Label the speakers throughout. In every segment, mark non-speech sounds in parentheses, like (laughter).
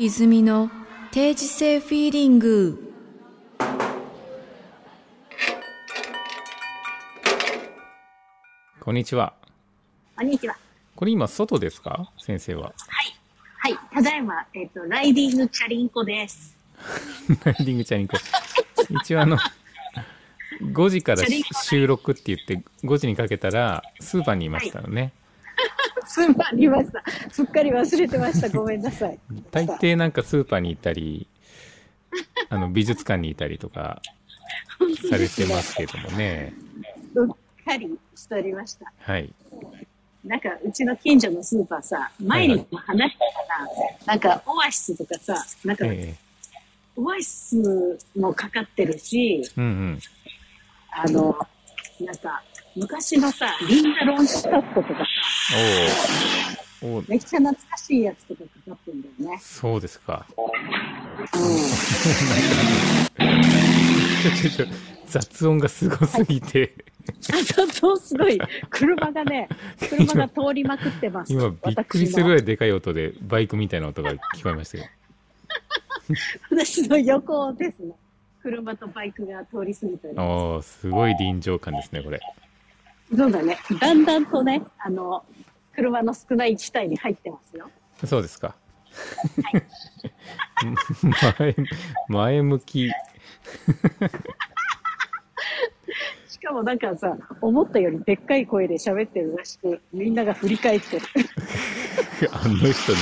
Speaker 1: 泉の定時性フィーリング
Speaker 2: こんにちは。
Speaker 3: こんにちは。
Speaker 2: これ今、外ですか先生は。 (laughs)
Speaker 3: はい。ただいま、えっ、と、ライディングチャリンコです。
Speaker 2: ライディングチャリンコ。一応あの、5時から
Speaker 3: チャリンコ
Speaker 2: 収録って言って、5時にかけたら、スーパーにいましたよね。
Speaker 3: すんまりました。すっかり忘れてま (laughs) した。ごめんなさい。
Speaker 2: 大抵なんかスーパーに行ったり、あの、美術館にいたりとか、されてますけどもね。
Speaker 3: うっかりしておりました。
Speaker 2: はい。
Speaker 3: なんか、うちの近所のスーパーさ、前にも話したかな。なんか、オアシスとかさ、なんか、
Speaker 2: え
Speaker 3: オアシスもかかってるし、
Speaker 2: えうん
Speaker 3: あの、なんか、昔のさ、リンダロンスカットとかさ、
Speaker 2: うん。おーおー
Speaker 3: めっちゃ懐かしいやつとかかかってるんだよね。
Speaker 2: そうですか。
Speaker 3: うん。
Speaker 2: (laughs) ちょちょちょ、雑音がすごすぎて、
Speaker 3: そうそう、すごい。車がね、車が通りまくってます。
Speaker 2: 今びっくりするぐらいでかい音で、バイクみたいな音が聞こえましたよ。
Speaker 3: 私の横ですね。車とバイクが通り過ぎてる。
Speaker 2: おー、すごい臨場感ですね、これ。
Speaker 3: そうだね。だんだんとね、あの、車の少ない地帯に入ってますよ。
Speaker 2: そうですか。 (laughs) 前、前向き。
Speaker 3: しかもなんかさ、思ったよりでっかい声で喋ってるらしく、みんなが振り返ってる。
Speaker 2: あの人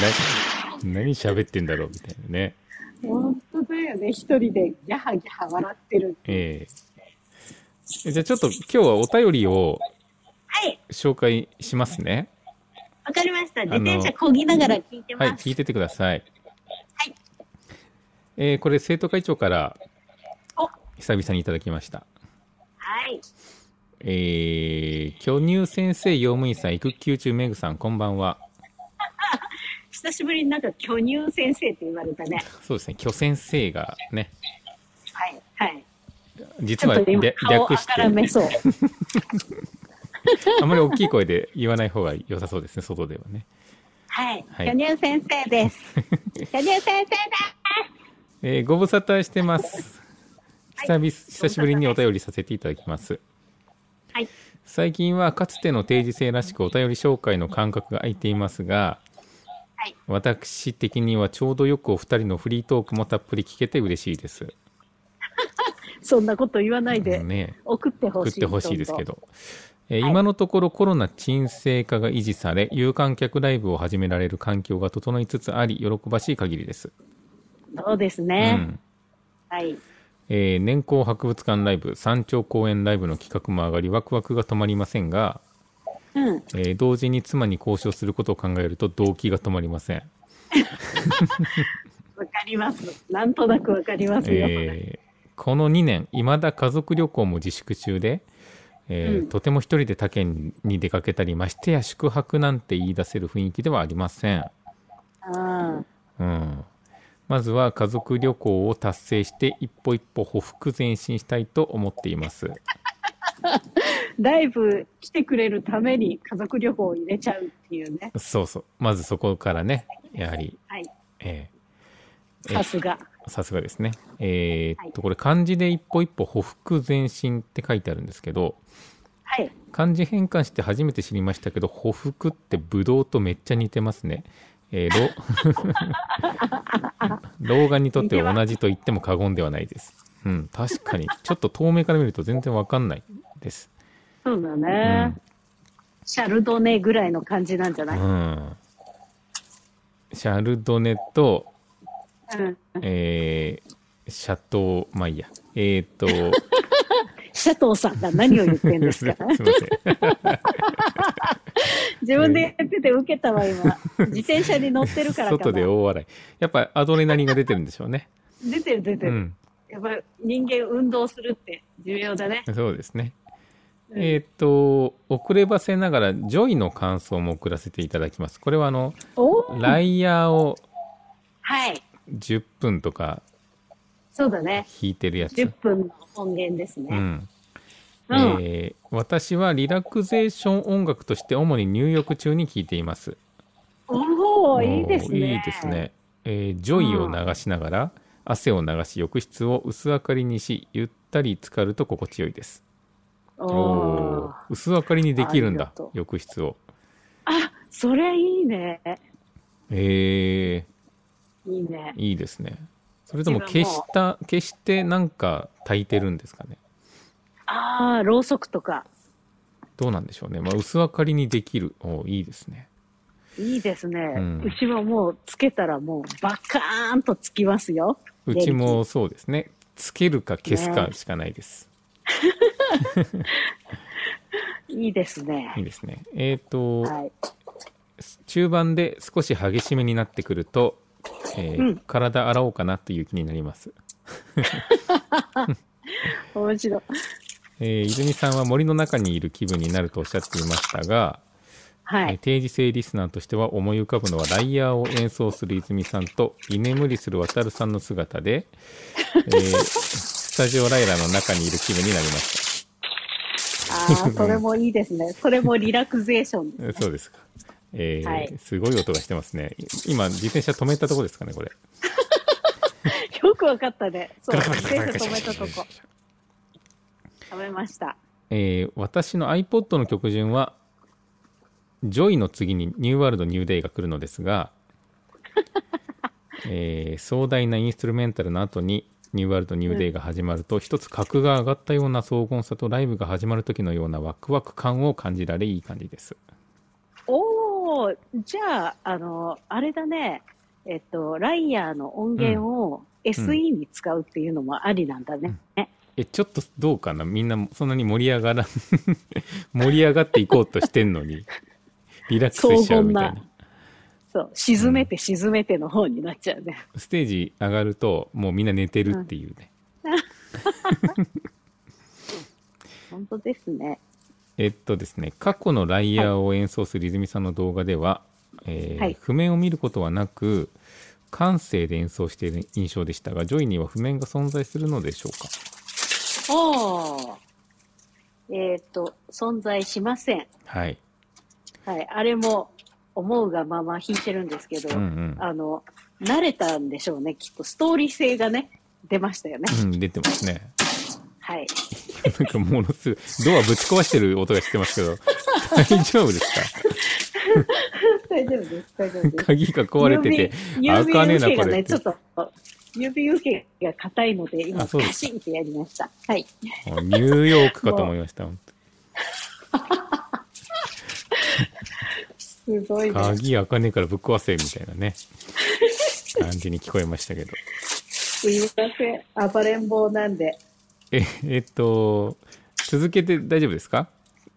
Speaker 2: 何、何喋ってんだろうみたいなね。
Speaker 3: 本当だよね。一人でギャハギャハ笑ってる。
Speaker 2: ええじゃあちょっと今日はお便りを
Speaker 3: はい、
Speaker 2: 紹介しますね。
Speaker 3: わかりました。
Speaker 2: の
Speaker 3: 自転車漕ぎながら聞いて
Speaker 2: はい、
Speaker 3: ます。
Speaker 2: 聞いててください。
Speaker 3: はい。
Speaker 2: えーこれ生徒会長から
Speaker 3: お
Speaker 2: 久々にいただきました。
Speaker 3: はい。
Speaker 2: えー、巨乳先生、用務員さん、育休中メグさん、こんばんは。
Speaker 3: 久しぶりになんか巨乳先生って言われたね。
Speaker 2: そうですね、巨先生がね、
Speaker 3: はい、はい。ち
Speaker 2: 実
Speaker 3: ょ
Speaker 2: は
Speaker 3: っと今
Speaker 2: 略
Speaker 3: 顔
Speaker 2: 略
Speaker 3: あ
Speaker 2: し
Speaker 3: か
Speaker 2: て
Speaker 3: ら、めそう。
Speaker 2: あまり大きい声で言わない方が良さそうですね、外ではね。
Speaker 3: (laughs) はい。
Speaker 2: はい
Speaker 3: 巨乳先生です。
Speaker 2: (laughs)
Speaker 3: 巨乳先生だ
Speaker 2: えーご無沙汰してます。久々久しぶりにお便りさせていただきます。
Speaker 3: はい。
Speaker 2: 最近はかつての定時制らしくお便り紹介の感覚が空いていますが、
Speaker 3: はい
Speaker 2: 私的にはちょうどよくお二人のフリートークもたっぷり聞けて嬉しいです。
Speaker 3: そんなこと言わないで、
Speaker 2: ね、
Speaker 3: 送ってほ
Speaker 2: 送
Speaker 3: し
Speaker 2: っ
Speaker 3: い。
Speaker 2: てほしいですけ
Speaker 3: どんどん。
Speaker 2: ど、えー
Speaker 3: はい
Speaker 2: 今のところコロナ沈静化が維持され有観客ライブを始められる環境が整いつつあり喜ばしい限りです、
Speaker 3: そうです
Speaker 2: う
Speaker 3: ね。
Speaker 2: ん
Speaker 3: はい。
Speaker 2: えー年功博物館ライブ山頂公園ライブの企画も上がりワクワクが止まりませんが、
Speaker 3: うん。
Speaker 2: えー同時に妻に交渉することを考えると動機が止まりません、
Speaker 3: わかります。なんとなくわかりますよ。
Speaker 2: えーこの2年いまだ家族旅行も自粛中で、えー
Speaker 3: うん
Speaker 2: とても一人で他県に出かけたりましてや宿泊なんて言い出せる雰囲気ではありません、
Speaker 3: うん。
Speaker 2: うん、まずは家族旅行を達成して一歩一歩歩幅前進したいと思っています
Speaker 3: ライブ来てくれるために家族旅行を入れちゃうっていうね。
Speaker 2: そうそうまずそこからねやはり、
Speaker 3: はい。
Speaker 2: ええ
Speaker 3: さすが。
Speaker 2: ーさすがですねえー
Speaker 3: は
Speaker 2: っ
Speaker 3: い
Speaker 2: とこれ漢字で一歩一歩歩幅前進って書いてあるんですけど
Speaker 3: はい。
Speaker 2: 漢字変換して初めて知りましたけど歩幅ってブドウとめっちゃ似てますねえー、
Speaker 3: (laughs)
Speaker 2: 老老眼にとっては同じと言っても過言ではないです。うん、確かに。ちょっと遠目から見ると全然わかんないです。
Speaker 3: そうだ
Speaker 2: う
Speaker 3: ね
Speaker 2: ん。
Speaker 3: シャルドネぐらいの感じなんじゃない
Speaker 2: うんシャルドネと、
Speaker 3: うん。
Speaker 2: えー、シャトー、まあいいや。えー、っと、
Speaker 3: 佐藤さんが何を言ってんですか
Speaker 2: (laughs) すいません。
Speaker 3: 自分でやってて受けたわ、 (laughs) 今。自転車に乗ってるからか
Speaker 2: 外で
Speaker 3: な。
Speaker 2: 大笑い。やっぱアドレナリンが出てるんでしょうね。
Speaker 3: 出てる出て
Speaker 2: う
Speaker 3: る。
Speaker 2: ん。
Speaker 3: やっぱり人間運動するって重要だね。
Speaker 2: そうですね。
Speaker 3: うん
Speaker 2: えー、っと、遅ればせながら、ジョイの感想も送らせていただきます。これはあの、
Speaker 3: おー
Speaker 2: ライヤーを
Speaker 3: はい。
Speaker 2: 10分とか
Speaker 3: そうだね。
Speaker 2: 弾いてるやつ。
Speaker 3: 10分の音源です
Speaker 2: う
Speaker 3: ね。
Speaker 2: ん。
Speaker 3: うん。
Speaker 2: えー私はリラクゼーション音楽として主に入浴中に聴いています。
Speaker 3: おお、いいですね。
Speaker 2: いいです。ね。えージョイを流しながら汗を流し浴室を薄明かりにしゆったり浸かると心地よいです
Speaker 3: お
Speaker 2: お
Speaker 3: ー
Speaker 2: ー薄明かりにできるん
Speaker 3: あり
Speaker 2: だ
Speaker 3: がとう
Speaker 2: 浴室を
Speaker 3: あ、それいいね。
Speaker 2: え
Speaker 3: いいね
Speaker 2: ー、。いいですねそれとも消した消してなんか炊いてるんですかね
Speaker 3: ああ、ろうそくとか。
Speaker 2: どうなんでしょうね、まあ、薄明かりにできるおーいいですね
Speaker 3: いいですね。
Speaker 2: う
Speaker 3: うんちはもうつけたらもうバカーンとつきますよ。
Speaker 2: うちもそうですねつけるか消すかしかないです、
Speaker 3: いいですね
Speaker 2: い。いですねえっ、と、
Speaker 3: はい。
Speaker 2: 中盤で少し激しめになってくると、えー
Speaker 3: うん
Speaker 2: 体洗おうかなという気になります、
Speaker 3: 面白い。
Speaker 2: えー、泉さんは森の中にいる気分になるとおっしゃっていましたが、
Speaker 3: は
Speaker 2: えー
Speaker 3: い。
Speaker 2: 定時制リスナーとしては思い浮かぶのはライヤーを演奏する泉さんと居眠りする渡るさんの姿
Speaker 3: (laughs)
Speaker 2: で、えースタジオライラの中にいる気分になりまし
Speaker 3: ああ、それもいいです
Speaker 2: (laughs)
Speaker 3: ね。それもリラクゼーション。
Speaker 2: たえーそうですか、えー
Speaker 3: はい
Speaker 2: すごい音がしてますねい今自転車止めたとこですかねこれ
Speaker 3: よくわかったね。そう。
Speaker 2: ガラガラ
Speaker 3: 自
Speaker 2: ガラガラ
Speaker 3: 転車止めたとこ。食べました。
Speaker 2: えー私の iPod の曲順はジョイの次にニューワールドニューデイが来るのです
Speaker 3: (laughs)
Speaker 2: が、えー壮大なインストゥルメンタルの後にニューワールドニューデイが始まると、一つ格が上がったような荘厳さとライブが始まる時のようなワクワク感を感じられいい感じです。
Speaker 3: おお、じゃあ、あの、あれだね。えっと、ライヤーの音源を SE に使うっていうのもありなんだね。
Speaker 2: えちょっとどうかなみんなそんなに盛り上がらん (laughs) 盛り上がっていこうとしてんのにリラックスしちゃうみたい
Speaker 3: 荘厳
Speaker 2: な
Speaker 3: な。そう。沈めて沈めての方になっちゃうね。
Speaker 2: ステージ上がるともうみんな寝てるっていうね。
Speaker 3: 本当ですね。
Speaker 2: えっとですね、過去のライヤーを演奏する泉さんの動画では、えー
Speaker 3: はい
Speaker 2: 譜面を見ることはなく感性で演奏している印象でしたがジョイには譜面が存在するのでしょうか
Speaker 3: おお。えっと、存在しません。
Speaker 2: はい、
Speaker 3: はい。あれも思うがまま弾いてるんですけど、
Speaker 2: うんうん
Speaker 3: あの、慣れたんでしょうね。きっとストーリー性がね、出ましたよね。
Speaker 2: うん、出てますね
Speaker 3: はい。
Speaker 2: なんかものすごいドアぶち壊してる音がしてますけど大丈夫です
Speaker 3: 大丈夫です。大丈夫で
Speaker 2: か
Speaker 3: す。
Speaker 2: 鍵が壊れてて
Speaker 3: 郵
Speaker 2: 開かね
Speaker 3: 便
Speaker 2: えな
Speaker 3: 受け
Speaker 2: こ
Speaker 3: が
Speaker 2: れっ
Speaker 3: ね、ち
Speaker 2: て
Speaker 3: ょっと、郵便受けが硬いので、今、
Speaker 2: あそうです
Speaker 3: カシンってやりました。はい。
Speaker 2: もうニューヨークかと思いま
Speaker 3: (laughs)
Speaker 2: した
Speaker 3: すごいね。
Speaker 2: 鍵開かねえからぶっ壊せみたいなね感じに聞こえましたけど
Speaker 3: すいません。暴れん坊なんで。
Speaker 2: ええっと続けて大丈夫ですか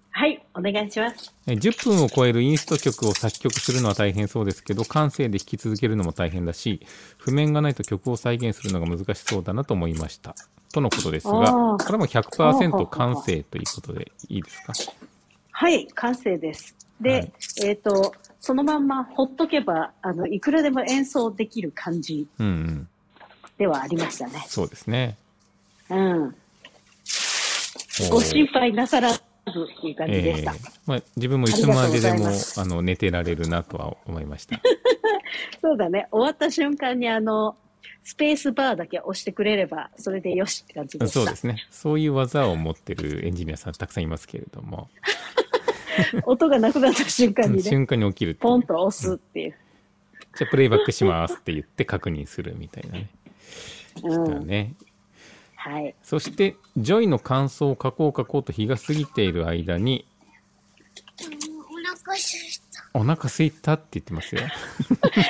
Speaker 3: はい、お願いします。
Speaker 2: え10分を超えるインスト曲を作曲するのは大変そうですけど感性で弾き続けるのも大変だし譜面がないと曲を再現するのが難しそうだなと思いましたとのことですが
Speaker 3: あ
Speaker 2: こ
Speaker 3: ー
Speaker 2: れはもう100%感性ということでいいですか
Speaker 3: はい、完成です。で、
Speaker 2: はい
Speaker 3: えっ、と、そのまんまほっとけば、あの、いくらでも演奏できる感じ
Speaker 2: うんうん
Speaker 3: ではありましたね。
Speaker 2: そうですね
Speaker 3: うん。
Speaker 2: おー
Speaker 3: ご心配なさらずっていう感じでした。
Speaker 2: えーまあ、自分もいつまでで
Speaker 3: ありがとうござい
Speaker 2: も
Speaker 3: ます
Speaker 2: あの寝てられるなとは思いま
Speaker 3: (laughs)
Speaker 2: した
Speaker 3: そうだね。終わった瞬間にあの、スペースバーだけ押してくれれば、それでよしって感じでした。
Speaker 2: そうですねそういう技を持ってるエンジニアさんたくさんいますけれども、
Speaker 3: 音がなくなった瞬間にね、
Speaker 2: 瞬間に起きるっていう
Speaker 3: ポンと押すっていう。
Speaker 2: じゃあプレイバックしますって言って確認するみたいなね
Speaker 3: (laughs) う
Speaker 2: だ
Speaker 3: ん。
Speaker 2: ね
Speaker 3: はい。
Speaker 2: そして、ジョイの感想を書こう書こうと日が過ぎている間に、お腹空いたって言ってますよ。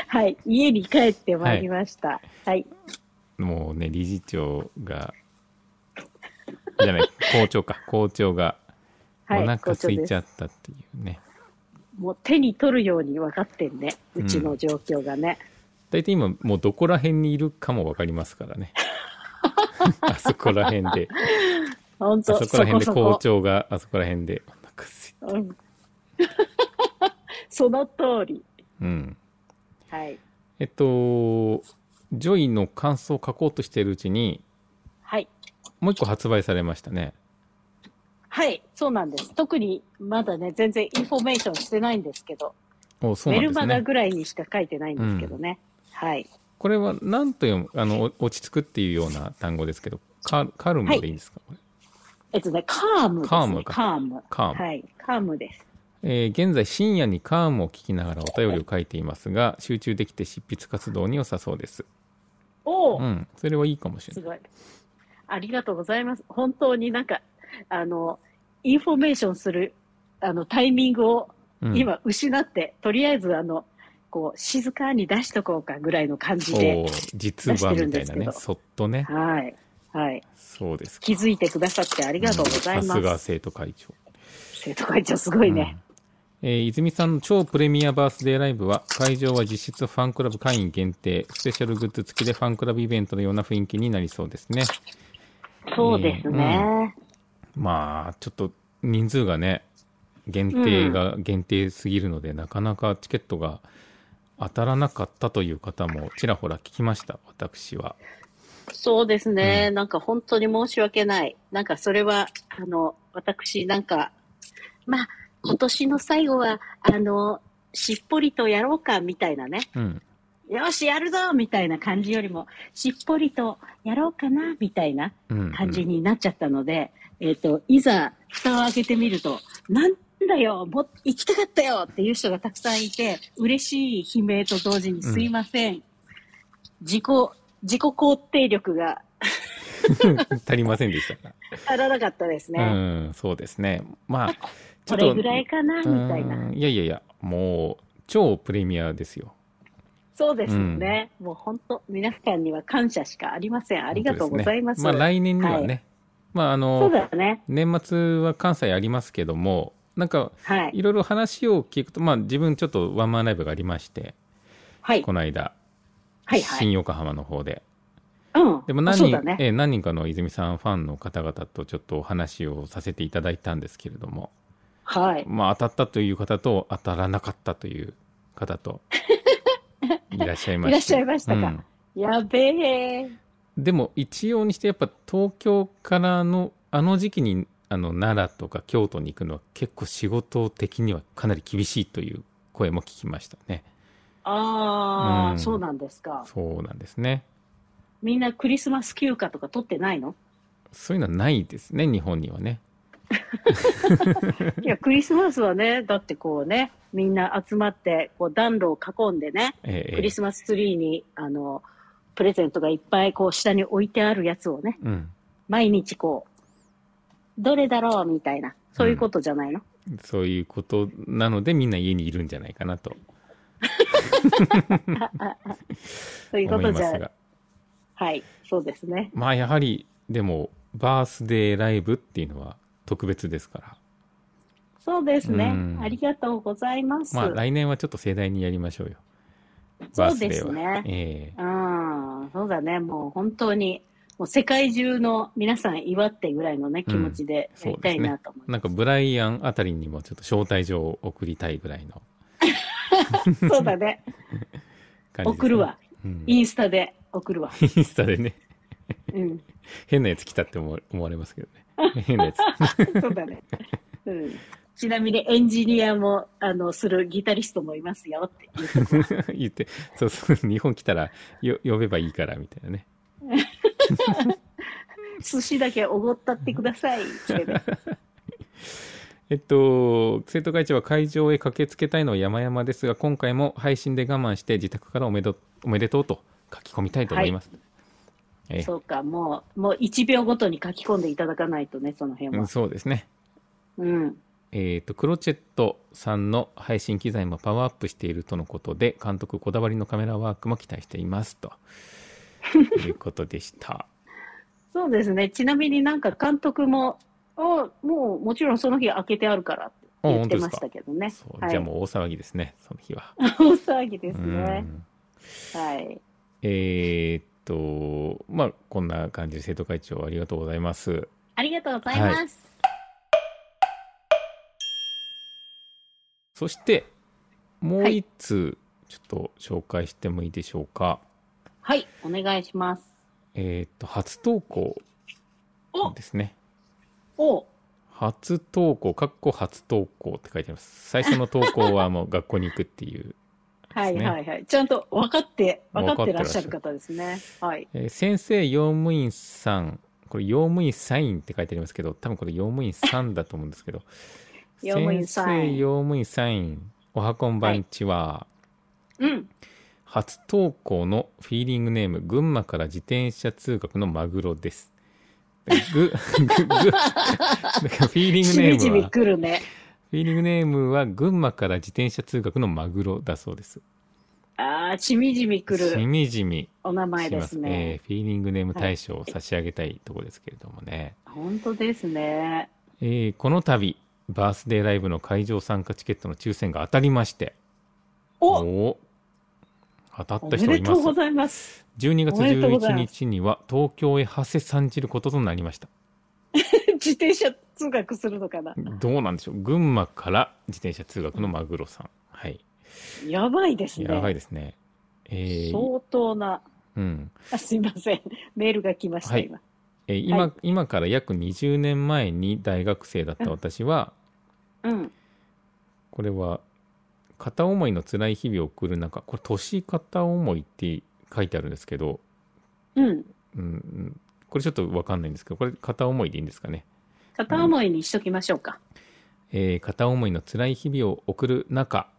Speaker 3: はい。家に帰ってまいりました。はい。
Speaker 2: もうね、理事長が、じゃ
Speaker 3: (laughs)
Speaker 2: ない、校長か、校長が、お
Speaker 3: はい。
Speaker 2: 腹空いち
Speaker 3: 校長
Speaker 2: ゃ
Speaker 3: で
Speaker 2: ったっていうね。
Speaker 3: すもう手に取るように分かってんね。うちの状況がね。
Speaker 2: 大体今、もうどこら辺にいるかもわかりますから
Speaker 3: (laughs)
Speaker 2: ね。あそこら辺で、
Speaker 3: 本
Speaker 2: あ
Speaker 3: 当
Speaker 2: そこら辺で
Speaker 3: そこ
Speaker 2: 校長が、あそこら辺で、お腹空いた。
Speaker 3: そこうん (laughs) その通り。
Speaker 2: うん。
Speaker 3: はい。
Speaker 2: えっと、ジョイの感想を書こうとしているうちに、
Speaker 3: はい。
Speaker 2: もう一個発売されましたね。
Speaker 3: はい。そうなんです。特にまだね、全然インフォメーションしてないんですけど、
Speaker 2: おそうなんで
Speaker 3: メル
Speaker 2: す
Speaker 3: マガ
Speaker 2: ね。
Speaker 3: ぐらいにしか書いてないんですけどね。はい。
Speaker 2: これは何と読むあのお落ち着くっていうような単語ですけどカカルムでいいんですか、これ
Speaker 3: えっとね、カームです、ね。
Speaker 2: カームか
Speaker 3: カーム。
Speaker 2: カーム
Speaker 3: はい。カームです。
Speaker 2: えー現在深夜にカームを聞きながらお便りを書いていますが集中できて執筆活動に良さそうです
Speaker 3: おお、
Speaker 2: うんそれはいいかもしれ
Speaker 3: す
Speaker 2: ない
Speaker 3: ごい。ありがとうございます。本当になんか、あの、インフォメーションする、あの、タイミングを
Speaker 2: うん
Speaker 3: 今失って、とりあえずあの、こう、静かに出しとこうかぐらいの感じで、
Speaker 2: おお実はみたいな
Speaker 3: 出してるん
Speaker 2: ね
Speaker 3: ですけど
Speaker 2: そっとね
Speaker 3: はい。はい。
Speaker 2: そうですか
Speaker 3: 気づいてくださってありがとうございま
Speaker 2: さ
Speaker 3: す。
Speaker 2: すが生徒会長
Speaker 3: 生徒会長すごいね。
Speaker 2: うんえー泉さんの超プレミアバースデーライブは会場は実質ファンクラブ会員限定スペシャルグッズ付きでファンクラブイベントのような雰囲気になりそうですね
Speaker 3: そうですね。
Speaker 2: まあちょっと人数がね限定が限定すぎるので、なかなかチケットが当たらなかったという方もちらほら聞きました私は
Speaker 3: そうですね、なんか本当に申し訳ない。なんかそれは、あの、私なんか、まあ、今年の最後は、あの、しっぽりとやろうかみたいなね、
Speaker 2: うん
Speaker 3: よし、やるぞみたいな感じよりも、しっぽりとやろうかなみたいな
Speaker 2: うんうん
Speaker 3: 感じになっちゃったので、えっ、と、いざ、蓋を開けてみると、なんだよ、もっ行きたかったよっていう人がたくさんいて、嬉しい悲鳴と同時にすいません。自己、自己肯定力が
Speaker 2: (laughs) 足りませんでしたか、
Speaker 3: 足らなかったですね。
Speaker 2: うんそうですねまあちょ
Speaker 3: (laughs) こ
Speaker 2: っと
Speaker 3: れぐらいかなみたいな。
Speaker 2: うんいやいやいやもう超プレミアですよ
Speaker 3: そうですよね。もう本当、皆さんには感謝しかありません。ありがとうございます。
Speaker 2: 本当でねまあ来年にはね、
Speaker 3: は
Speaker 2: まああ
Speaker 3: そう
Speaker 2: の
Speaker 3: だね。
Speaker 2: 年末は関西ありますけどもなんか
Speaker 3: はい。
Speaker 2: いろいろ話を聞くとまあ自分ちょっとワンマンライブがありまして
Speaker 3: はい。
Speaker 2: この間、
Speaker 3: はい。はい
Speaker 2: 新。横浜の方で
Speaker 3: うん。
Speaker 2: でも何
Speaker 3: そう
Speaker 2: 人
Speaker 3: だ、ね。
Speaker 2: ええ何人かの泉さんファンの方々とちょっとお話をさせていただいたんですけれども
Speaker 3: はい。
Speaker 2: まあ当たったという方と当たらなかったという方
Speaker 3: (laughs)
Speaker 2: といらっしゃいました
Speaker 3: いらっしゃいましたか
Speaker 2: うん
Speaker 3: やべえ。
Speaker 2: でも一様にしてやっぱ東京からのあの時期にあの奈良とか京都に行くのは結構仕事的にはかなり厳しいという声も聞きましたね
Speaker 3: ああ、
Speaker 2: うん
Speaker 3: そうなんですか。
Speaker 2: そうなんですね
Speaker 3: みんなクリスマス休暇とか取ってないの
Speaker 2: そういうのはないですね日本にはね
Speaker 3: いや、クリスマスはね、だってこうね、みんな集まって、こう暖炉を囲んでね、
Speaker 2: ええ
Speaker 3: クリスマスツリーに、あの、プレゼントがいっぱいこう下に置いてあるやつをね、
Speaker 2: うん
Speaker 3: 毎日こう、どれだろうみたいな、そういうことじゃないの、
Speaker 2: そういうことなのでみんな家にいるんじゃないかなと
Speaker 3: そういうこ
Speaker 2: 思
Speaker 3: と
Speaker 2: い
Speaker 3: じ
Speaker 2: ま
Speaker 3: ゃ
Speaker 2: す、が
Speaker 3: はい、そうですね。
Speaker 2: まあやはりでもバースデーライブっていうのは特別ですから
Speaker 3: そうですね。
Speaker 2: うん
Speaker 3: ありがとうございます。
Speaker 2: まあ来年はちょっと盛大にやりましょうよバー
Speaker 3: そう
Speaker 2: ス
Speaker 3: で
Speaker 2: デー
Speaker 3: す
Speaker 2: は
Speaker 3: ね。
Speaker 2: ええ
Speaker 3: うん、そうだね、もう本当に、もう世界中の皆さん祝ってぐらいのね、気持ちでやりたいなと思い
Speaker 2: な
Speaker 3: ま
Speaker 2: んかブライアンあたりにもちょっと招待状を送りたいぐらいの
Speaker 3: す。そうだね、
Speaker 2: 感じですね、
Speaker 3: 送るわ。
Speaker 2: うん、イ
Speaker 3: インスタで送るわ。
Speaker 2: ンスタでね、
Speaker 3: うん、 (laughs)
Speaker 2: 変なやつ来たって思わ思われますけどね。変なやつ。 (laughs)
Speaker 3: そうだね。うん。ちなみにエンジニアも、あの、するギタリストもいますよって言 (laughs) ってく
Speaker 2: 言って、そうそう、日本来たらよ呼べばいいから、みたいなね。
Speaker 3: 寿司だけおごったってくださいって (laughs) ね。
Speaker 2: えっと、生徒会長は会場へ駆けつけたいのは山々ですが、今回も配信で我慢して自宅からおめどおめでとうと書き込みたいと思います。ええ
Speaker 3: そうか、もう、もう1秒ごとに書き込んでいただかないとね、その
Speaker 2: う
Speaker 3: 辺は
Speaker 2: ん。そうですね。
Speaker 3: うん。
Speaker 2: えー、とクロチェットさんの配信機材もパワーアップしているとのことで監督こだわりのカメラワークも期待しています
Speaker 3: (laughs)
Speaker 2: ということでした
Speaker 3: そうですね。ちなみになんか監督も、あもうもちろんその日開けてあるからって言ってましたけどね
Speaker 2: そう、。
Speaker 3: は
Speaker 2: じ
Speaker 3: い
Speaker 2: ゃあ。もう大騒ぎですねその日は
Speaker 3: 大
Speaker 2: (laughs)
Speaker 3: 騒ぎです
Speaker 2: う
Speaker 3: ね。
Speaker 2: ん
Speaker 3: はい。
Speaker 2: えー、っとまあこんな感じで生徒会長ありがとうございます
Speaker 3: ありがとうございます。
Speaker 2: そしてもう
Speaker 3: はい
Speaker 2: 一通ちょっと紹介してもいいでしょうか、
Speaker 3: はい、お願いします。
Speaker 2: えー、っと初投稿
Speaker 3: お
Speaker 2: ですね
Speaker 3: お
Speaker 2: 初投稿、かっこ初投稿って書いてあります。最初の投稿はもう (laughs) 学校に行くっていう
Speaker 3: はい
Speaker 2: ね
Speaker 3: はいはい。ちゃんと分かって、分か
Speaker 2: 分か
Speaker 3: っ
Speaker 2: って
Speaker 3: て
Speaker 2: ら
Speaker 3: ら
Speaker 2: っ
Speaker 3: っ
Speaker 2: し
Speaker 3: し
Speaker 2: ゃ
Speaker 3: ゃ
Speaker 2: る
Speaker 3: る方ですね。はい。
Speaker 2: えー先生、用務員さん、これ、用務員サインって書いてありますけど、多分これ、用務員さんだと思うんですけど、
Speaker 3: (laughs) 用務員さん
Speaker 2: 先生、用務員サイン、おはこんばんちは、
Speaker 3: うん。
Speaker 2: 初投稿のフィーリングネーム、群馬から自転車通学のマグロです。ぐ、ぐ、ぐ、だからフィーリング
Speaker 3: し
Speaker 2: ネ
Speaker 3: みじ
Speaker 2: ーム
Speaker 3: み
Speaker 2: は、
Speaker 3: 来るね。
Speaker 2: フィーリングネームは群馬から自転車通学のマグロだそうです。
Speaker 3: ああ、しみじみ来
Speaker 2: し
Speaker 3: る
Speaker 2: みじみ
Speaker 3: お名前
Speaker 2: し
Speaker 3: で
Speaker 2: ますすね。
Speaker 3: ね。
Speaker 2: フィーリングネーム大賞を差し上げたいところですけれどもね。
Speaker 3: 本当ですね。
Speaker 2: えーこの度、バースデーライブの会場参加チケットの抽選が当たりまして、
Speaker 3: お
Speaker 2: お当たっ
Speaker 3: お
Speaker 2: た
Speaker 3: め
Speaker 2: 人が
Speaker 3: で
Speaker 2: いま
Speaker 3: とう
Speaker 2: す
Speaker 3: ご。ざいます。 (laughs)
Speaker 2: 12月
Speaker 3: おめでとうござ
Speaker 2: 11
Speaker 3: います
Speaker 2: 日には東京へ馳せ参じることとなりました。
Speaker 3: 自転車通学するのかな。
Speaker 2: どうなんでしょう群馬から自転車通学のマグロさん。はい。
Speaker 3: やばいですね。
Speaker 2: やばいですね。えー
Speaker 3: 相当な。
Speaker 2: うん。
Speaker 3: あすいません。メールが来ました、
Speaker 2: はい
Speaker 3: 今。
Speaker 2: えー今、
Speaker 3: はい
Speaker 2: 今から約20年前に大学生だった私は、
Speaker 3: うん。
Speaker 2: これは片思いの辛い日々を送る中、これ年片思いって書いてあるんですけど、
Speaker 3: うん。
Speaker 2: うんうん、これちょっとわかんないんですけど、これ片思いでいいんですかね。
Speaker 3: 片思いにしときましょうか。
Speaker 2: えー片思いの辛い日々を送る中、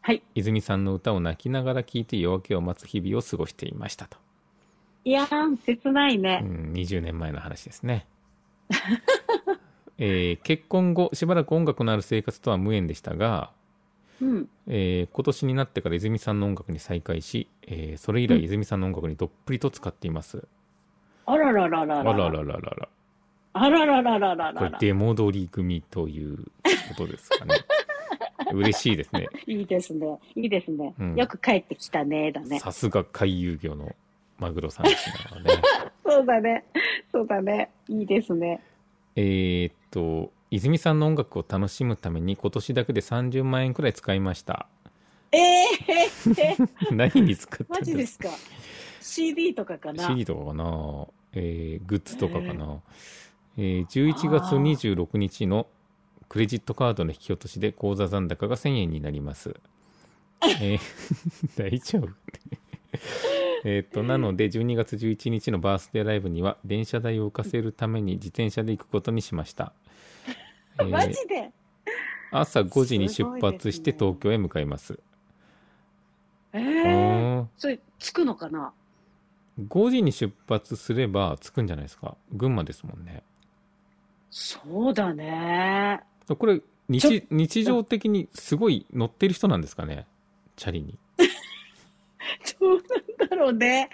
Speaker 3: はい。
Speaker 2: 泉さんの歌を泣きながら聴いて夜明けを待つ日々を過ごしていましたと。
Speaker 3: いやー、切ないうね。
Speaker 2: ん、20年前の話ですね。えー結婚後、しばらく音楽のある生活とは無縁でしたが、
Speaker 3: うん。
Speaker 2: えー今年になってから泉さんの音楽に再会し、えーそれ以来泉さんの音楽にどっぷりと使っています。
Speaker 3: あらららら
Speaker 2: あ
Speaker 3: ら
Speaker 2: ららららら。
Speaker 3: あららららら
Speaker 2: こ
Speaker 3: ら
Speaker 2: れ
Speaker 3: ら。
Speaker 2: 出戻り組ということですかね。
Speaker 3: (laughs)
Speaker 2: 嬉しいですね。
Speaker 3: いいですね。いいですね。
Speaker 2: うん
Speaker 3: よく帰ってきたね、だね。
Speaker 2: さすが回遊魚のマグロさんですね。
Speaker 3: そうだね。そうだね。いいですね。
Speaker 2: えーっと泉さんの音楽を楽しむために今年だけで30万円くらい使いました
Speaker 3: (laughs) ええ
Speaker 2: (laughs)
Speaker 3: ー、
Speaker 2: 何に使った
Speaker 3: マ
Speaker 2: ん
Speaker 3: ジ
Speaker 2: で
Speaker 3: ですすか。CD とかかな。
Speaker 2: か CD とかかな、えーグッズとかかな、えー11月26日のクレジットカードの引き落としで口座残高が1000円になります、えー (laughs) 大丈夫 (laughs) えーっとなので12月11日のバースデーライブには電車代を浮かせるために自転車で行くことにしました、えー
Speaker 3: (laughs) マジで。
Speaker 2: 朝5時に
Speaker 3: す
Speaker 2: 出
Speaker 3: ごいですね
Speaker 2: 発して東京へ向かいます。
Speaker 3: ええー、
Speaker 2: 5
Speaker 3: それ、つくのかな
Speaker 2: 時に出発すれば着くんじゃないですか。群馬ですもんね。
Speaker 3: そうだね。
Speaker 2: これ
Speaker 3: ち
Speaker 2: 日日常的にすごい乗ってる人なんですかね。チャリに。
Speaker 3: どうなんだろうね。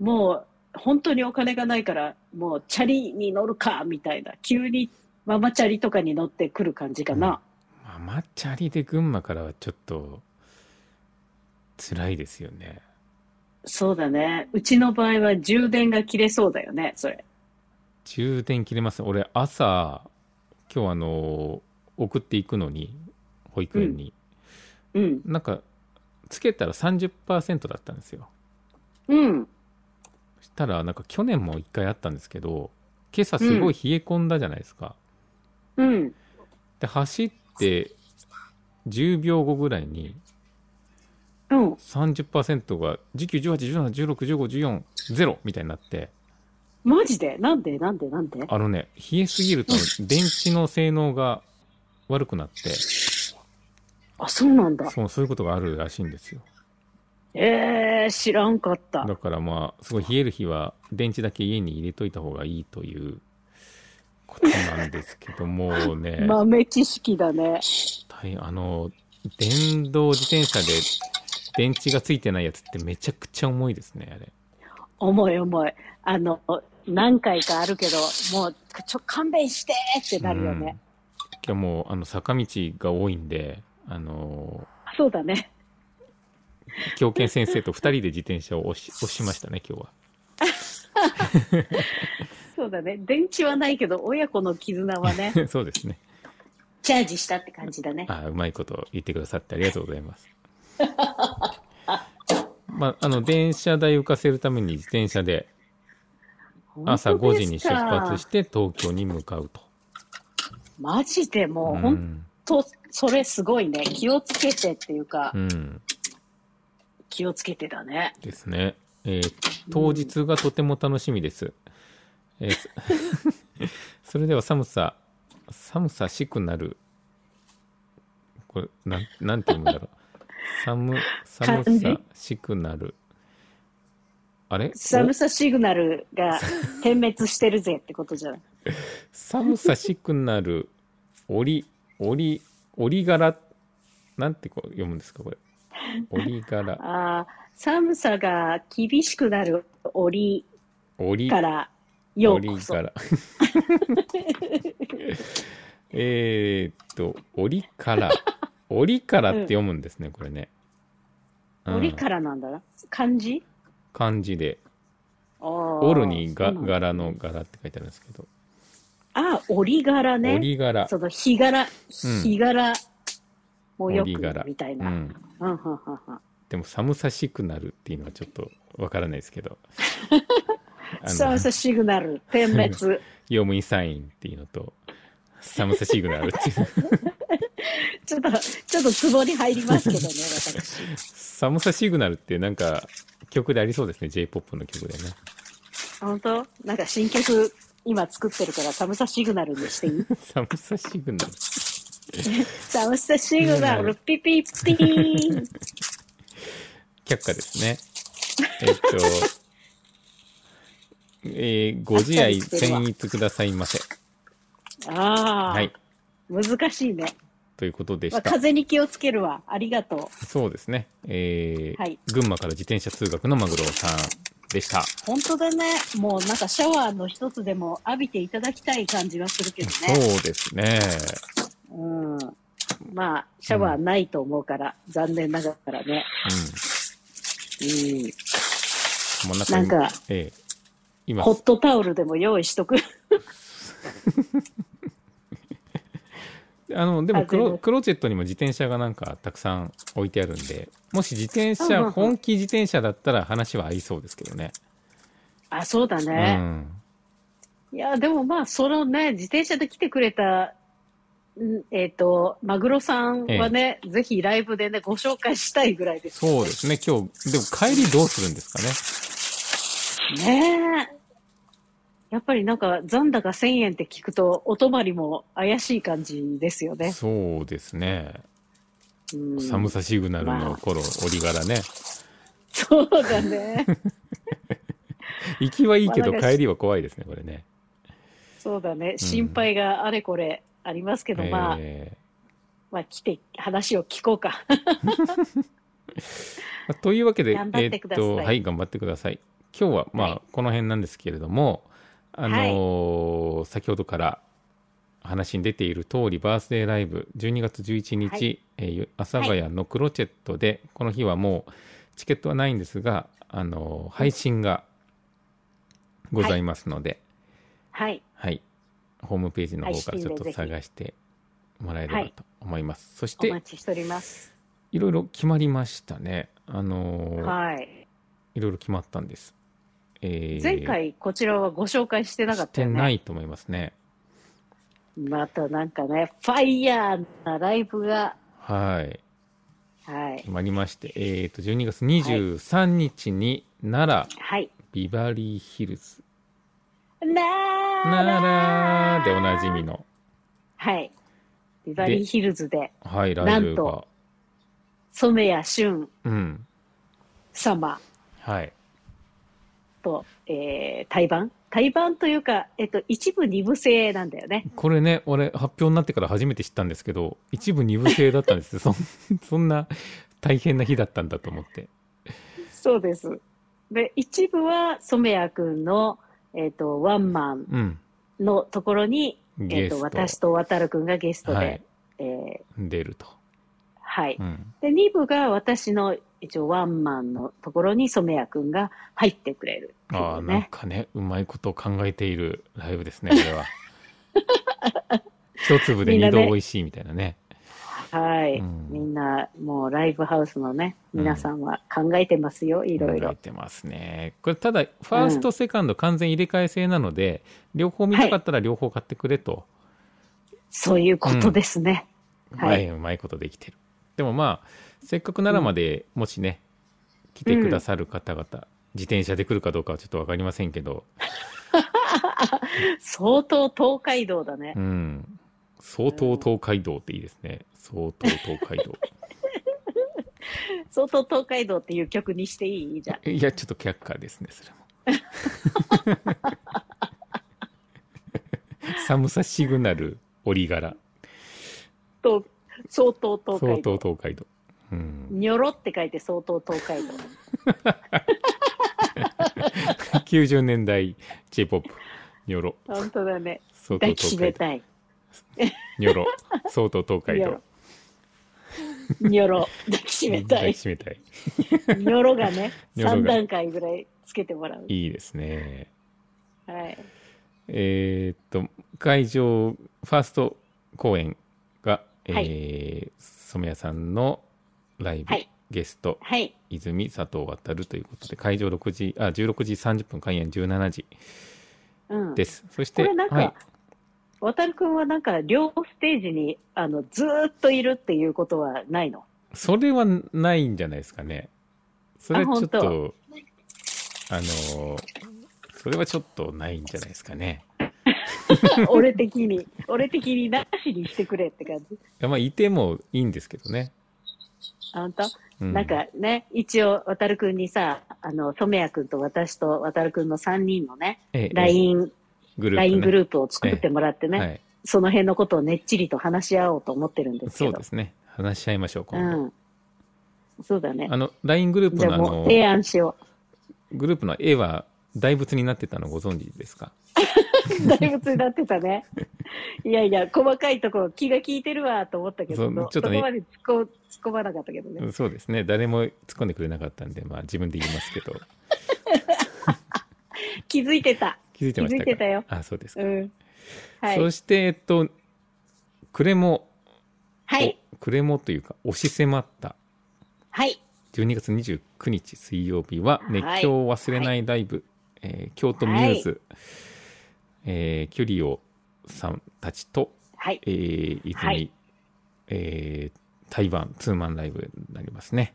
Speaker 3: もう、本当にお金がないから、もう、チャリに乗るか、みたいな。急に、ママチャリとかに乗ってくる感じかな。
Speaker 2: ママチャリで群馬からはちょっと辛いですよね。
Speaker 3: そうだね。うちの場合は充電が切れそうだよね、それ。
Speaker 2: 充電切れます。俺朝今日あの送っていくのに保育園に、
Speaker 3: うん。
Speaker 2: なんかつけたら30%だったんですよ。
Speaker 3: うん。
Speaker 2: したらなんか去年も一回あったんですけど今朝すごい冷え込んだじゃないですか、
Speaker 3: うん。
Speaker 2: で走って10秒後ぐらいに
Speaker 3: うん。
Speaker 2: 30%が191817161514みたいになって
Speaker 3: マジでなんでなんでなんで
Speaker 2: あのね冷えすぎると電池の性能が悪くなって
Speaker 3: あ、そうなんだ。
Speaker 2: そうそういうことがあるらしいんですよ
Speaker 3: ええー、知らんかった。
Speaker 2: だからまあすごい冷える日は電池だけ家に入れといた方がいいということなんですけども
Speaker 3: (laughs)
Speaker 2: ね
Speaker 3: 豆知識だね。
Speaker 2: 大変あの電動自転車で電池がついてないやつってめちゃくちゃ重いですねあれ
Speaker 3: 重い重い。あの、何回かあるけど、もう、ちょ、勘弁してってなるよね。
Speaker 2: うん、今日もうあの坂道が多いんであの
Speaker 3: そうだね。
Speaker 2: 狂犬先生と2人で自転車を押し押しました
Speaker 3: (laughs)
Speaker 2: ね今日は
Speaker 3: そうだね。電池はないけど、親子の絆はね、
Speaker 2: (laughs) そうですね
Speaker 3: (laughs) チャージしたって感じだね。
Speaker 2: あうまいこと言ってくださってありがとうございます (laughs) まああの電車代浮かせるために自転車で朝5
Speaker 3: 本当で
Speaker 2: 時
Speaker 3: す
Speaker 2: に出
Speaker 3: か
Speaker 2: 発して東京に向かうと
Speaker 3: マジでもう、
Speaker 2: う
Speaker 3: 本
Speaker 2: ん、
Speaker 3: 当それすごいね。気をつけてっていうか、
Speaker 2: うん、
Speaker 3: 気をつけてだね。
Speaker 2: ですね。えー当日がとても楽しみです。えー (laughs) そそれでは寒さ、寒さしくなる。これ、なん、なんて読むんだろう。寒、寒さしくなる。あれ
Speaker 3: 寒さシグナル
Speaker 2: (laughs)
Speaker 3: が点滅してるぜってことじゃない。
Speaker 2: お寒さしくなる、折り、折り、折り柄、なんてこう読むんですか、これ。折り柄、
Speaker 3: ああ、寒さが厳しくなる折
Speaker 2: 折り
Speaker 3: か。らようこそ
Speaker 2: 折。りから。 (laughs) えーっと、折りから。折りからって読むんですね、これね。うん
Speaker 3: 折からなんだな。漢字
Speaker 2: 漢字で。折
Speaker 3: 折
Speaker 2: るにが柄の柄って書いてあるんですけど。
Speaker 3: ああ、折柄ね。
Speaker 2: 折り柄。
Speaker 3: その日柄、
Speaker 2: ん
Speaker 3: 日柄もよ
Speaker 2: 折
Speaker 3: くみたいな。
Speaker 2: う
Speaker 3: うん、
Speaker 2: ん。
Speaker 3: うん、うん、うん。
Speaker 2: でも寒さしくなるっていうのはちょっとわからないですけ
Speaker 3: (laughs)
Speaker 2: ど。あの
Speaker 3: 寒さシグナル、点滅。
Speaker 2: 用務員サインっていうのと、寒さシグナルっていう。 (laughs)
Speaker 3: ちょっと、ちょっとツボに入りますけど
Speaker 2: (laughs)
Speaker 3: ね、私。
Speaker 2: 寒さシグナルってなんか曲でありそうですね、J-POP の曲でね。
Speaker 3: 本当なんか新曲、今作ってるから寒さシグナルにして
Speaker 2: (laughs)
Speaker 3: いい
Speaker 2: 寒さシグナル。
Speaker 3: 寒さシグナル、ピピッピーン。
Speaker 2: 却下ですね。えっと、えーご自愛、
Speaker 3: あっさり作るわ
Speaker 2: 僭越くださいませ。 (laughs)
Speaker 3: ああ、
Speaker 2: はい。
Speaker 3: 難しいね。
Speaker 2: ということで
Speaker 3: ま
Speaker 2: し
Speaker 3: あ、
Speaker 2: た。
Speaker 3: 風に気をつけるわ。ありがとう。
Speaker 2: そうですね。えー
Speaker 3: はい
Speaker 2: 群馬から自転車通学のマグロさんでした。
Speaker 3: 本当だね。もうなんかシャワーの一つでも浴びていただきたい感じはするけど
Speaker 2: そう
Speaker 3: ね。
Speaker 2: ですね。
Speaker 3: うんまあ、シャワーないと思うから、残念ながらね。うん。
Speaker 2: うん。もう
Speaker 3: な
Speaker 2: 中
Speaker 3: ん
Speaker 2: に、
Speaker 3: か、
Speaker 2: えー今
Speaker 3: ホ、ットタオルでも用意しとく。 (laughs)
Speaker 2: あの、でもク
Speaker 3: 風
Speaker 2: ロ、
Speaker 3: の
Speaker 2: クロチェットにも自転車がなんかたくさん置いてあるんで、もし自転
Speaker 3: うんうんう
Speaker 2: 車、
Speaker 3: ん
Speaker 2: 本気自転車だったら話は合いそうですけどね。
Speaker 3: あ、そうだ
Speaker 2: う
Speaker 3: ね。
Speaker 2: ん。
Speaker 3: いや、でもまあ、そのね、自転車で来てくれた、んえっ、と、マグロさんはね、ぜひライブでね、ご紹介したいぐらいです。
Speaker 2: そうですね。今日、でも帰りどうするんですかね。
Speaker 3: ねえ。やっぱりなんか、残高1000円って聞くと、お泊まりも怪しい感じですよね。
Speaker 2: そうですね。
Speaker 3: うん、
Speaker 2: 寒さシグナルの頃、折り柄ね。
Speaker 3: そうだね。
Speaker 2: (laughs) 行きはいいけど
Speaker 3: まあなんか
Speaker 2: 帰りは怖いですね、これね。
Speaker 3: そうだね、心配があれこれありますけど、まあ、
Speaker 2: え
Speaker 3: まあ、来て話を聞こうか。 (laughs)
Speaker 2: ーというわけで、
Speaker 3: 頑張ってくださ
Speaker 2: え
Speaker 3: い
Speaker 2: ーっと、はい、頑張ってください。今日は、まあ、
Speaker 3: は
Speaker 2: この辺なんですけれども、あのー先ほどから話に出ている通り、バースデーライブ、12月11日、
Speaker 3: はい
Speaker 2: えー阿佐ヶ谷のクロチェットで、この日はもうチケットはないんですが、あのー配信がございますので、
Speaker 3: はい、
Speaker 2: はい。ホームページの方から
Speaker 3: 配
Speaker 2: ち
Speaker 3: 信
Speaker 2: ょっ
Speaker 3: で
Speaker 2: と
Speaker 3: ぜひ
Speaker 2: 探してもらえればと思います。そし
Speaker 3: お
Speaker 2: て
Speaker 3: 待、ちしております。
Speaker 2: いろいろ決まりましたね。あのー
Speaker 3: はい、
Speaker 2: いろいろ決まったんです。えー
Speaker 3: 前回、こちらはご紹介してな
Speaker 2: し
Speaker 3: かった
Speaker 2: て
Speaker 3: よ
Speaker 2: な
Speaker 3: ね。
Speaker 2: いと思いますね。
Speaker 3: またなんかね、ファイヤーなライブが、
Speaker 2: はい。
Speaker 3: はい
Speaker 2: 決、まりまして、えっ、と、12月23日に奈良
Speaker 3: はい、
Speaker 2: ビバリーヒルズ。
Speaker 3: な
Speaker 2: 奈良でおなじみ
Speaker 3: の。
Speaker 2: の、
Speaker 3: はい、ビバリーヒルズで、
Speaker 2: はい、ライブ
Speaker 3: なん
Speaker 2: が。
Speaker 3: 染谷俊
Speaker 2: うん。
Speaker 3: 様
Speaker 2: はい。
Speaker 3: と、えー、対バン対バンというか、えっと、一部二部制なんだよね。
Speaker 2: これね、俺、発表になってから初めて知ったんですけど、一部二部制だったんですそん (laughs) そんな大変な日だったんだと思って。
Speaker 3: そうです。で、一部は染谷くんの、えっ、と、ワンマン
Speaker 2: うん。
Speaker 3: のところに、えっ、
Speaker 2: ゲス
Speaker 3: と、
Speaker 2: ト。
Speaker 3: 私と渡るくんがゲストで、
Speaker 2: はい、
Speaker 3: えー
Speaker 2: 出ると。
Speaker 3: はい。
Speaker 2: うん。
Speaker 3: で、二部が私の一応ワンマンのところに染谷くんが入ってくれるってい
Speaker 2: ああ、な
Speaker 3: う
Speaker 2: ん
Speaker 3: ね。
Speaker 2: かね、うまいことを考えているライブですね、これは。
Speaker 3: (laughs)
Speaker 2: 一粒で
Speaker 3: みん
Speaker 2: 二
Speaker 3: な
Speaker 2: 度
Speaker 3: ね
Speaker 2: 美味しいみたいなね。
Speaker 3: はい、
Speaker 2: うん
Speaker 3: みんな、もうライブハウスのね、皆さんは考えてますよ、いろい
Speaker 2: 考え
Speaker 3: ろ。
Speaker 2: てますね。これ、ただ、ファースト、セカンド完全入れ替え制なので、両方見たかったら両方買ってくれと。
Speaker 3: そういうことですね。
Speaker 2: うま
Speaker 3: はい
Speaker 2: い、うまいことできてる。でもまあ、せっかく奈良まで、もしね、来てくださる方々、自転車で来るかどうかはちょっと分かりませんけど、
Speaker 3: 相当東海道だね
Speaker 2: う。ん、相当東海道っていいですね相当東海道
Speaker 3: 相当東海道っていう曲にしていいじゃん。
Speaker 2: いやちょっと却下ですねそれも (laughs) 寒さシグナル折柄
Speaker 3: と相当東
Speaker 2: 相
Speaker 3: 海
Speaker 2: 当
Speaker 3: 道。
Speaker 2: 東海道
Speaker 3: (laughs)
Speaker 2: うん、
Speaker 3: にょろって書いて相当東海道。
Speaker 2: 90年代 j p o p ニョロ
Speaker 3: 本当だね。
Speaker 2: 相当
Speaker 3: 抱き
Speaker 2: 東
Speaker 3: し
Speaker 2: 海
Speaker 3: め
Speaker 2: 道
Speaker 3: たい。
Speaker 2: ニョロ相当東海
Speaker 3: (laughs) にょ
Speaker 2: 道
Speaker 3: ろ。にょろ。抱きしめた
Speaker 2: 抱
Speaker 3: い
Speaker 2: き。しめたい
Speaker 3: にょろ
Speaker 2: (laughs)
Speaker 3: がね、
Speaker 2: にょろが
Speaker 3: 3段階ぐらいつけてもらう。
Speaker 2: いいですね
Speaker 3: はい。
Speaker 2: えーっと会場ファースト公演が、えー
Speaker 3: は
Speaker 2: 染谷さんのライブ、
Speaker 3: はい
Speaker 2: ゲスト
Speaker 3: はい。
Speaker 2: 泉佐藤渡ということで会場6時あ16時30分開演17時
Speaker 3: うん。
Speaker 2: です、そし
Speaker 3: こ
Speaker 2: て
Speaker 3: れなんか、
Speaker 2: はい、
Speaker 3: 渡るくんはなんか両ステージにあのずーっといるっていうことはないの (laughs)
Speaker 2: それはないんじゃないですかねそれはちょっ
Speaker 3: あ
Speaker 2: とあのーそれはちょっとないんじゃないですかね
Speaker 3: 俺的に、俺的になしにしてくれって感じ。
Speaker 2: いやまあいてもいいんですけどね、
Speaker 3: あ本当、
Speaker 2: う
Speaker 3: なんかね、一応、渡るくんにさ、あの、染谷くんと私と渡るくんの3人のね、
Speaker 2: ええええ
Speaker 3: LINE、
Speaker 2: グループ、ね、
Speaker 3: ライングループを作ってもらってね、
Speaker 2: はい、
Speaker 3: その辺のことをねっちりと話し合おうと思ってるんですけ
Speaker 2: そ
Speaker 3: ど。
Speaker 2: うですね話し合いましょう今度、
Speaker 3: うん。そうだね
Speaker 2: あ。の LINE グルー
Speaker 3: じ
Speaker 2: プ
Speaker 3: ゃ
Speaker 2: の
Speaker 3: あ
Speaker 2: あ
Speaker 3: もう
Speaker 2: の
Speaker 3: 提案しよ
Speaker 2: グループの絵は大仏になってたのご存知ですか
Speaker 3: う。 (laughs) 大仏になってたね。いやいや、細かいとこ気が利いてるわと思ったけど、
Speaker 2: そ
Speaker 3: そう
Speaker 2: ちょっとね
Speaker 3: こまで突っ込突っ込まなかったけどね。
Speaker 2: そうですね誰も突っ込んでくれなかったんで、まあ、自分で言いますけど
Speaker 3: 気づいてた。
Speaker 2: 気づいてましたか
Speaker 3: 気づいてたよ
Speaker 2: あそうですか、
Speaker 3: うん。は
Speaker 2: そ
Speaker 3: い。
Speaker 2: してえっとクレモ、
Speaker 3: はい。
Speaker 2: おクレモというか押し迫った
Speaker 3: はい。
Speaker 2: 12月29日水曜日は
Speaker 3: はい
Speaker 2: 熱狂を忘れないライブ、えー京都ミューズ、えーキュリオさんたちと
Speaker 3: はい。
Speaker 2: えー、泉、
Speaker 3: はい
Speaker 2: えー台湾ツーマンライブになりますね。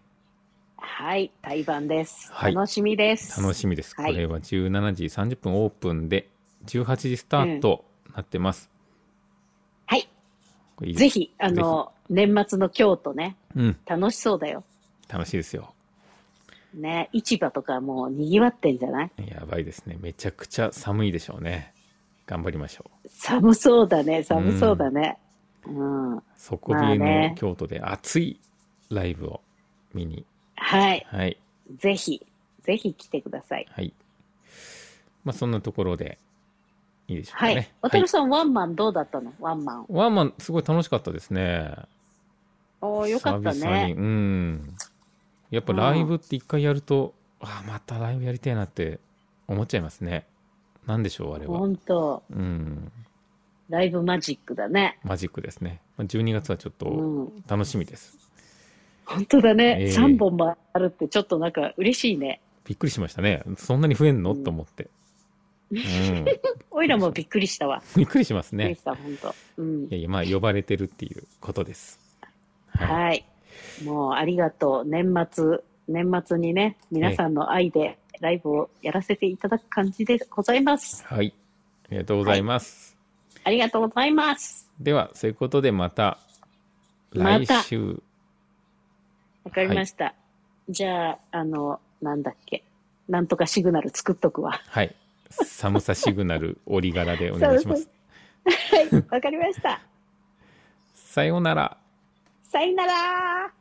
Speaker 3: はい。対バンです。
Speaker 2: はい
Speaker 3: 楽しみです。
Speaker 2: 楽しみです。
Speaker 3: はい
Speaker 2: これは17時30分オープンで、18時スタートなってます。
Speaker 3: はい。
Speaker 2: これ
Speaker 3: ぜ。ひ、あの、年末の京都ね、
Speaker 2: うん、
Speaker 3: 楽しそうだよ。
Speaker 2: 楽しいですよ。
Speaker 3: ね、市場とかもう賑わってんじゃない
Speaker 2: やばいですね。めちゃくちゃ寒いでしょうね。頑張りましょう。
Speaker 3: 寒そうだね、寒そうだね。うん。
Speaker 2: 底冷
Speaker 3: まあ
Speaker 2: えの
Speaker 3: ね
Speaker 2: 京都で熱いライブを見に。
Speaker 3: はい。
Speaker 2: はい。
Speaker 3: ぜひ、ぜひ来てください。
Speaker 2: はい。まあ、そんなところで、いいでしょうか
Speaker 3: は
Speaker 2: ね。
Speaker 3: い。渡るさん、ワンマンどうだったのワンマン。
Speaker 2: ワンマン、すごい楽しかったですね。
Speaker 3: おー、よかった
Speaker 2: 久々に
Speaker 3: ね。
Speaker 2: うんやっぱライブって一回やると、ああまたライブやりたいなって思っちゃいますねなんでしょうあれは
Speaker 3: 本当
Speaker 2: うん
Speaker 3: ライブマジックだね。
Speaker 2: マジックですねまあ12月はちょっ
Speaker 3: う
Speaker 2: と
Speaker 3: ん。
Speaker 2: 楽しみです、
Speaker 3: 本当だね。
Speaker 2: ええ
Speaker 3: 3本もあるって、ちょっとなんか嬉しいね。
Speaker 2: びっくりしましたねそんなに増えんの、
Speaker 3: うん
Speaker 2: と思って、うん、
Speaker 3: おいらもびっくりしたわ。
Speaker 2: びっくりします
Speaker 3: びっくり
Speaker 2: ね
Speaker 3: した、本当うん
Speaker 2: い。やいやまあ呼ばれてるっていうことですい、
Speaker 3: はい。もうありがとう。年末、年末にね、皆さんの愛でライブをやらせていただく感じでございます。
Speaker 2: はい、ありがとうございます、
Speaker 3: ありがとうございます。
Speaker 2: ではそういうことでまた
Speaker 3: ま
Speaker 2: 来
Speaker 3: た
Speaker 2: 週
Speaker 3: わかりました。じゃあ、あの、なんだっけ。なんとかシグナル作っとくわ。
Speaker 2: はい寒さシグナ
Speaker 3: (laughs)
Speaker 2: ル折り柄でお願いします
Speaker 3: はい、わかりました。
Speaker 2: さようなら。
Speaker 3: さよなら